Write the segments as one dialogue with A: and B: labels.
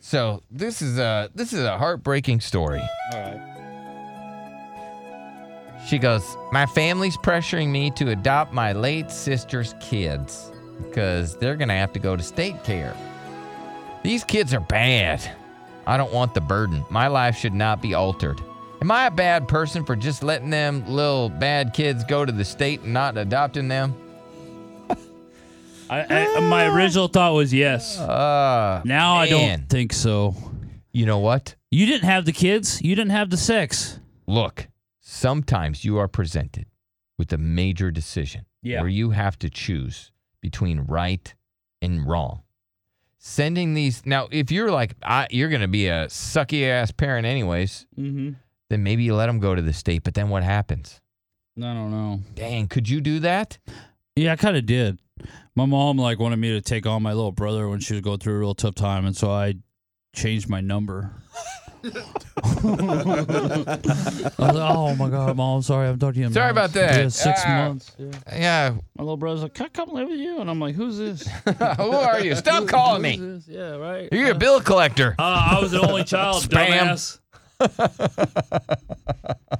A: So this is a this is a heartbreaking story.
B: All right.
A: She goes, My family's pressuring me to adopt my late sister's kids because they're going to have to go to state care. These kids are bad. I don't want the burden. My life should not be altered. Am I a bad person for just letting them little bad kids go to the state and not adopting them?
B: I, I, my original thought was yes.
A: Uh,
B: now I
A: man.
B: don't think so.
A: You know what?
B: You didn't have the kids. You didn't have the sex.
A: Look, sometimes you are presented with a major decision
B: Yeah.
A: where you have to choose between right and wrong. Sending these now, if you're like I, you're going to be a sucky ass parent anyways,
B: Mm-hmm.
A: then maybe you let them go to the state. But then what happens?
B: I don't know.
A: Dang, could you do that?
B: Yeah, I kind of did. My mom like wanted me to take on my little brother when she was going through a real tough time, and so I changed my number. I was like, oh my god, mom! Sorry, I'm talking to you. in
A: Sorry
B: months."
A: about that.
B: Yeah, six
A: Ah.
B: months. Yeah.
A: Yeah.
B: My little brother's like, "Can I come live with you?" And I'm like, "Who's this?"
A: Who are you? Stop
B: Who-
A: calling
B: who's
A: me.
B: this? Yeah, right.
A: You're a bill collector.
B: Uh, I was the only child,
A: Spam.
B: dumbass.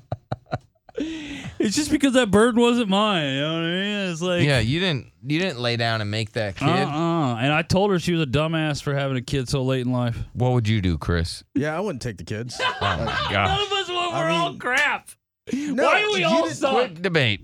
B: it's just because that bird wasn't mine. You know what I mean? It's like,
A: Yeah, you didn't you didn't lay down and make that kid.
B: uh-uh. And I told her she was a dumbass for having a kid so late in life.
A: What would you do, Chris?
C: Yeah, I wouldn't take the kids.
A: Oh my
B: None
A: gosh.
B: of us were. We're
C: mean-
B: all crap.
C: No,
B: Why do we
C: you
B: all
C: didn't-
B: suck?
A: Quick debate.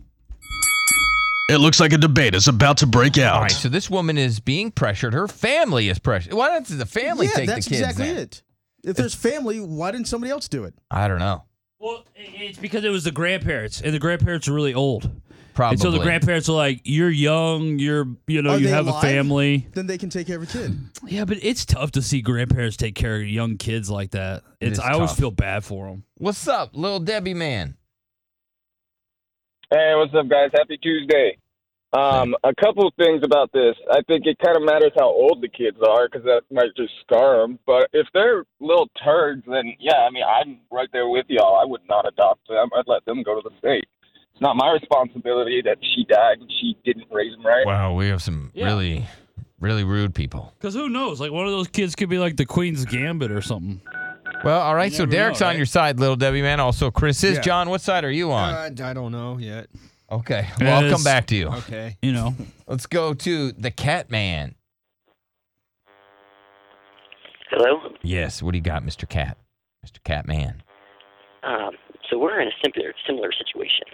D: It looks like a debate is about to break out.
A: All right, so this woman is being pressured. Her family is pressured. Why doesn't the family
C: yeah,
A: take
C: that's
A: the kids?
C: exactly
A: then?
C: it. If there's family, why didn't somebody else do it?
A: I don't know.
B: Well, i- it's because it was the grandparents, and the grandparents are really old.
A: Probably.
B: And so the grandparents are like, "You're young. You're, you know,
C: Are
B: you
C: they
B: have a
C: alive?
B: family."
C: Then they can take every kid.
B: Yeah, but it's tough to see grandparents take care of young kids like that.
A: It is
B: It's I always
A: tough.
B: feel bad for them.
A: What's up, little Debbie man?
E: Hey, what's up, guys? Happy Tuesday. Um, a couple of things about this. I think it kind of matters how old the kids are because that might just scar them. But if they're little turds, then yeah, I mean, I'm right there with y'all. I would not adopt them. I'd let them go to the state. It's not my responsibility that she died and she didn't raise them right.
A: Wow, we have some
B: Yeah.
A: really, really rude people.
B: Because who knows? Like one of those kids could be like the Queen's Gambit or something.
A: Well, all right.
B: You
A: So
B: never know,
A: Derek's on
B: right?
A: your side, little Debbie man. Also, Chris is.
C: Yeah.
A: John, what side are you on?
C: I don't know yet.
A: okay. Well, I'll come
B: Yes.
A: back to you.
C: Okay.
B: You know?
A: Let's go to the cat man.
F: Hello.
A: Yes. What do you got, Mr. Cat? Mr. Cat man.
F: Um, so we're in a similar similar situation.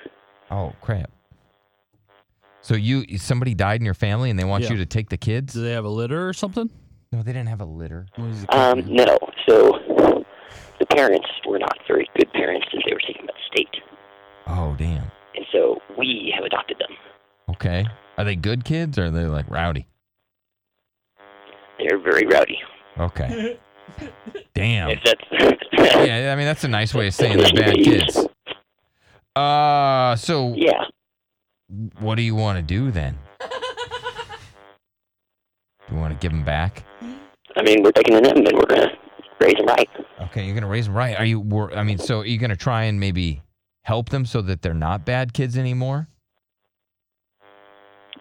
A: Oh crap. So you somebody died in your family and they want
B: Yeah.
A: you to take the kids?
B: Do they have a litter or something?
A: No, they didn't have a litter.
F: Um, no. So the parents were not very good parents, and they were taken by the state,
A: Oh damn.
F: and so we have adopted them.
A: Okay. Are they good kids or are they like rowdy?
F: They're very rowdy.
A: Okay. Damn.
F: If that's
A: Oh. Yeah, I mean that's a nice way of saying they're bad kids. Uh, so
F: yeah.
A: what do you want to do then? Do you want to give them back?
F: I mean, we're taking them, and we're gonna raise them right.
A: Okay, you're gonna raise them right. Are you? wor- I mean, so are you gonna try and maybe help them so that they're not bad kids anymore?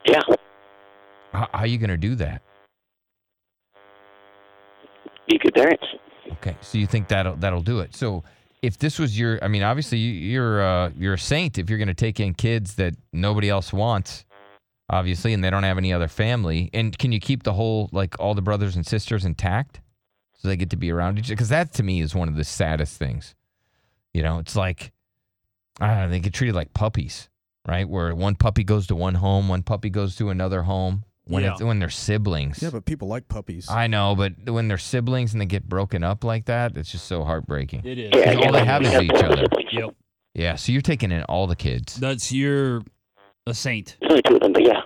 F: Yeah.
A: How, how are you gonna do that?
F: Be good parents.
A: Okay, so you think that'll that'll do it? So if this was your, I mean, obviously you, you're uh, you're a saint if you're going to take in kids that nobody else wants, obviously, and they don't have any other family. And can you keep the whole like all the brothers and sisters intact, so they get to be around each other? Because that to me is one of the saddest things. You know, it's like I don't know, they get treated like puppies, right? Where one puppy goes to one home, one puppy goes to another home. When
B: Yeah.
A: it's, when they're siblings,
C: Yeah, but people like puppies.
A: I know, but when they're siblings and they get broken up like that, it's just so heartbreaking.
B: It is.
F: Yeah.
A: all they have is
F: yeah,
A: each other.
B: Yep.
A: Yeah, so you're taking in all the kids.
B: That's your a saint.
F: There's only two of them, but yeah.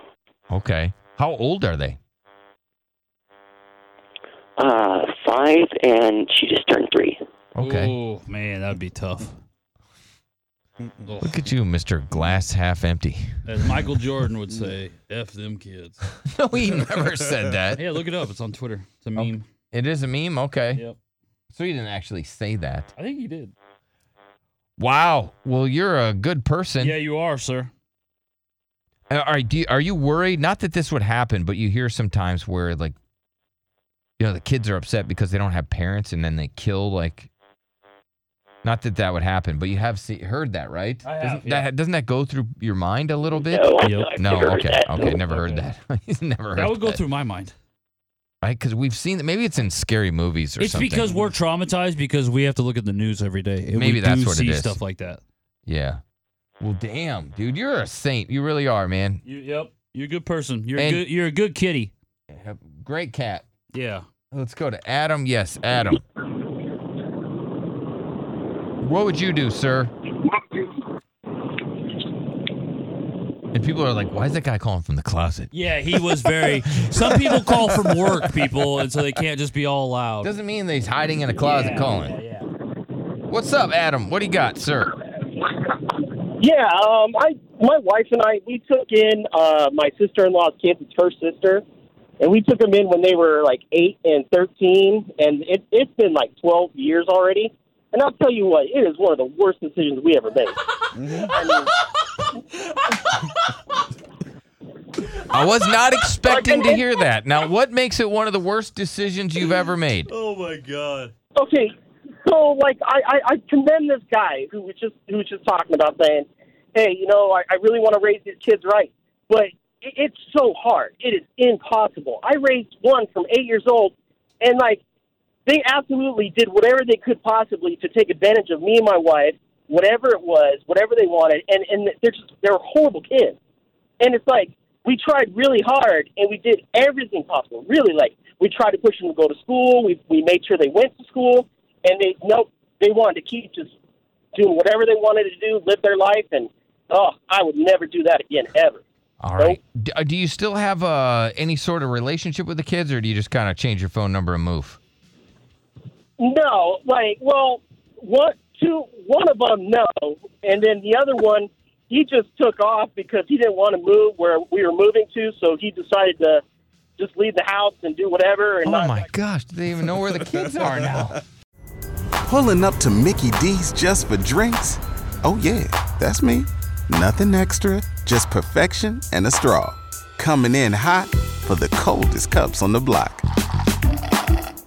A: Okay. How old are they?
F: Uh, five, and she just turned three.
A: Okay.
B: Oh man, that'd be tough. Ugh.
A: Look at you, Mr. Glass Half Empty.
B: As Michael Jordan would say, "F them kids."
A: No, he never said that.
B: Yeah, look it up. It's on Twitter. It's a meme.
A: It is a meme? Okay.
B: Yep.
A: So you didn't actually say that.
B: I think he did.
A: Wow. Well, you're a good person.
B: Yeah, you are, sir.
A: Uh, All right. Do you, are you worried? Not that this would happen, but you hear sometimes where like, you know, the kids are upset because they don't have parents, and then they kill like. Not that that would happen, but you have see, heard that, right?
B: I have,
A: doesn't,
B: yeah.
A: that, doesn't that go through your mind a little bit?
F: No,
B: Yep.
F: I've
A: No.
F: never heard
A: okay.
F: that.
A: Okay. Never heard
B: Okay.
A: that. He's never heard
B: That would go
A: that.
B: through my mind.
A: right? Because we've seen that. Maybe it's in scary movies or
B: It's
A: something.
B: because we're traumatized because we have to look at the news every day. and
A: Maybe
B: we
A: that's
B: do
A: what it
B: see
A: is.
B: Stuff like that.
A: Yeah. Well, damn, dude, you're a saint. You really are, man.
B: You, yep. You're a good person. You're
A: And-
B: a good. You're a good kitty.
A: Great cat.
B: Yeah.
A: Let's go to Adam. Yes, Adam. What would you do, sir? And people are like, why is that guy calling from the closet?
B: Yeah. He was very. some people call from work, people, and so they can't just be all loud.
A: Doesn't mean that he's hiding in a closet calling.
B: Yeah.
A: What's up, Adam? What do you got, sir?
G: Yeah, um, I my wife and I we took in uh, my sister in law's kids, it's her sister, and we took them in when they were like eight and thirteen, and it, it's been like twelve years already. And I'll tell you what, it is one of the worst decisions we ever made.
A: I was not expecting to hear that. Now, what makes it one of the worst decisions you've ever made?
B: Oh my god.
G: okay, so like I, I, I commend this guy who was just who was just talking about saying, hey, you know, I, I really want to raise these kids right, but it, it's so hard. It is impossible. I raised one from eight years old, and like they absolutely did whatever they could possibly to take advantage of me and my wife, whatever it was, whatever they wanted, and and they're just they're horrible kids. And it's like we tried really hard and we did everything possible. Really, like we tried to push them to go to school. We we made sure they went to school, and they nope they wanted to keep just doing whatever they wanted to do, live their life, and oh, I would never do that again ever.
A: All right. D- uh, do you still have uh, any sort of relationship with the kids, or do you just kind of change your phone number and move?
G: No, like, well, one, two, one of them, no, and then the other one, he just took off because he didn't want to move where we were moving to, so he decided to just leave the house and do whatever. And
A: Oh
G: not,
A: my gosh, do they even know where the kids are now?
H: Pulling up to Mickey D's just for drinks? Oh, yeah, that's me. Nothing extra, just perfection and a straw. Coming in hot for the coldest cups on the block.